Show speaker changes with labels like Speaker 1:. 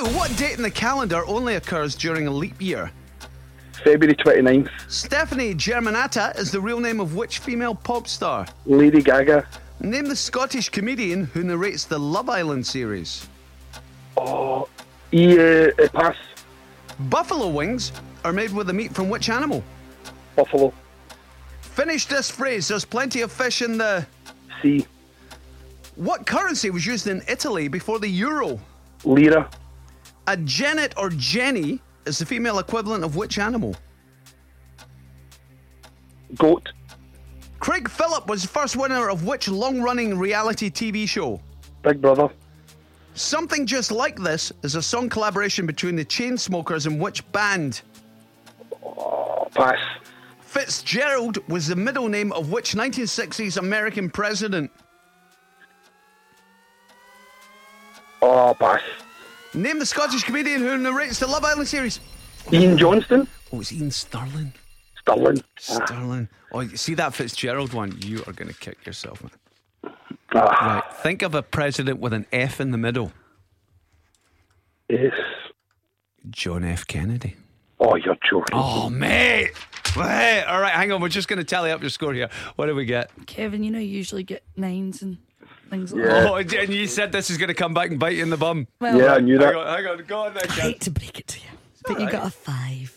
Speaker 1: What date in the calendar only occurs during a leap year?
Speaker 2: February 29th,
Speaker 1: Stephanie Germanata is the real name of which female pop star?
Speaker 2: Lady Gaga.
Speaker 1: Name the Scottish comedian who narrates the Love Island series.
Speaker 2: Oh, he, uh, uh, pass.
Speaker 1: Buffalo wings are made with the meat from which animal?
Speaker 2: Buffalo.
Speaker 1: Finish this phrase. There's plenty of fish in the.
Speaker 2: C.
Speaker 1: What currency was used in Italy before the euro?
Speaker 2: Lira.
Speaker 1: A jennet or jenny is the female equivalent of which animal?
Speaker 2: Goat.
Speaker 1: Craig Phillip was the first winner of which long running reality TV show?
Speaker 2: Big Brother.
Speaker 1: Something Just Like This is a song collaboration between the Chainsmokers and which band?
Speaker 2: oh, Pass.
Speaker 1: Fitzgerald was the middle name of which 1960s American president?
Speaker 2: Oh, pass.
Speaker 1: Name the Scottish comedian who narrates the Love Island series.
Speaker 2: Ian Johnston.
Speaker 1: Oh, it's Ian Sterling.
Speaker 2: Sterling. Ah,
Speaker 1: Sterling. Oh, you see that Fitzgerald one? You are going to kick yourself, man.
Speaker 2: ah,
Speaker 1: Right. Think of a president with an F in the middle.
Speaker 2: yes.
Speaker 1: John F. Kennedy.
Speaker 2: Oh, you're joking.
Speaker 1: Oh, mate. Mate. All right, hang on. We're just going to tally up your score here. What do we get?
Speaker 3: Kevin, you know you usually get nines and things like
Speaker 2: Yeah.
Speaker 3: that.
Speaker 1: Oh, and you said this is going to come back and bite you in the bum.
Speaker 3: Well,
Speaker 2: yeah, I knew
Speaker 1: Hang
Speaker 2: that.
Speaker 1: on, hang on. Go on there,
Speaker 3: I
Speaker 1: Ken.
Speaker 3: hate to break it to you, but you got a five.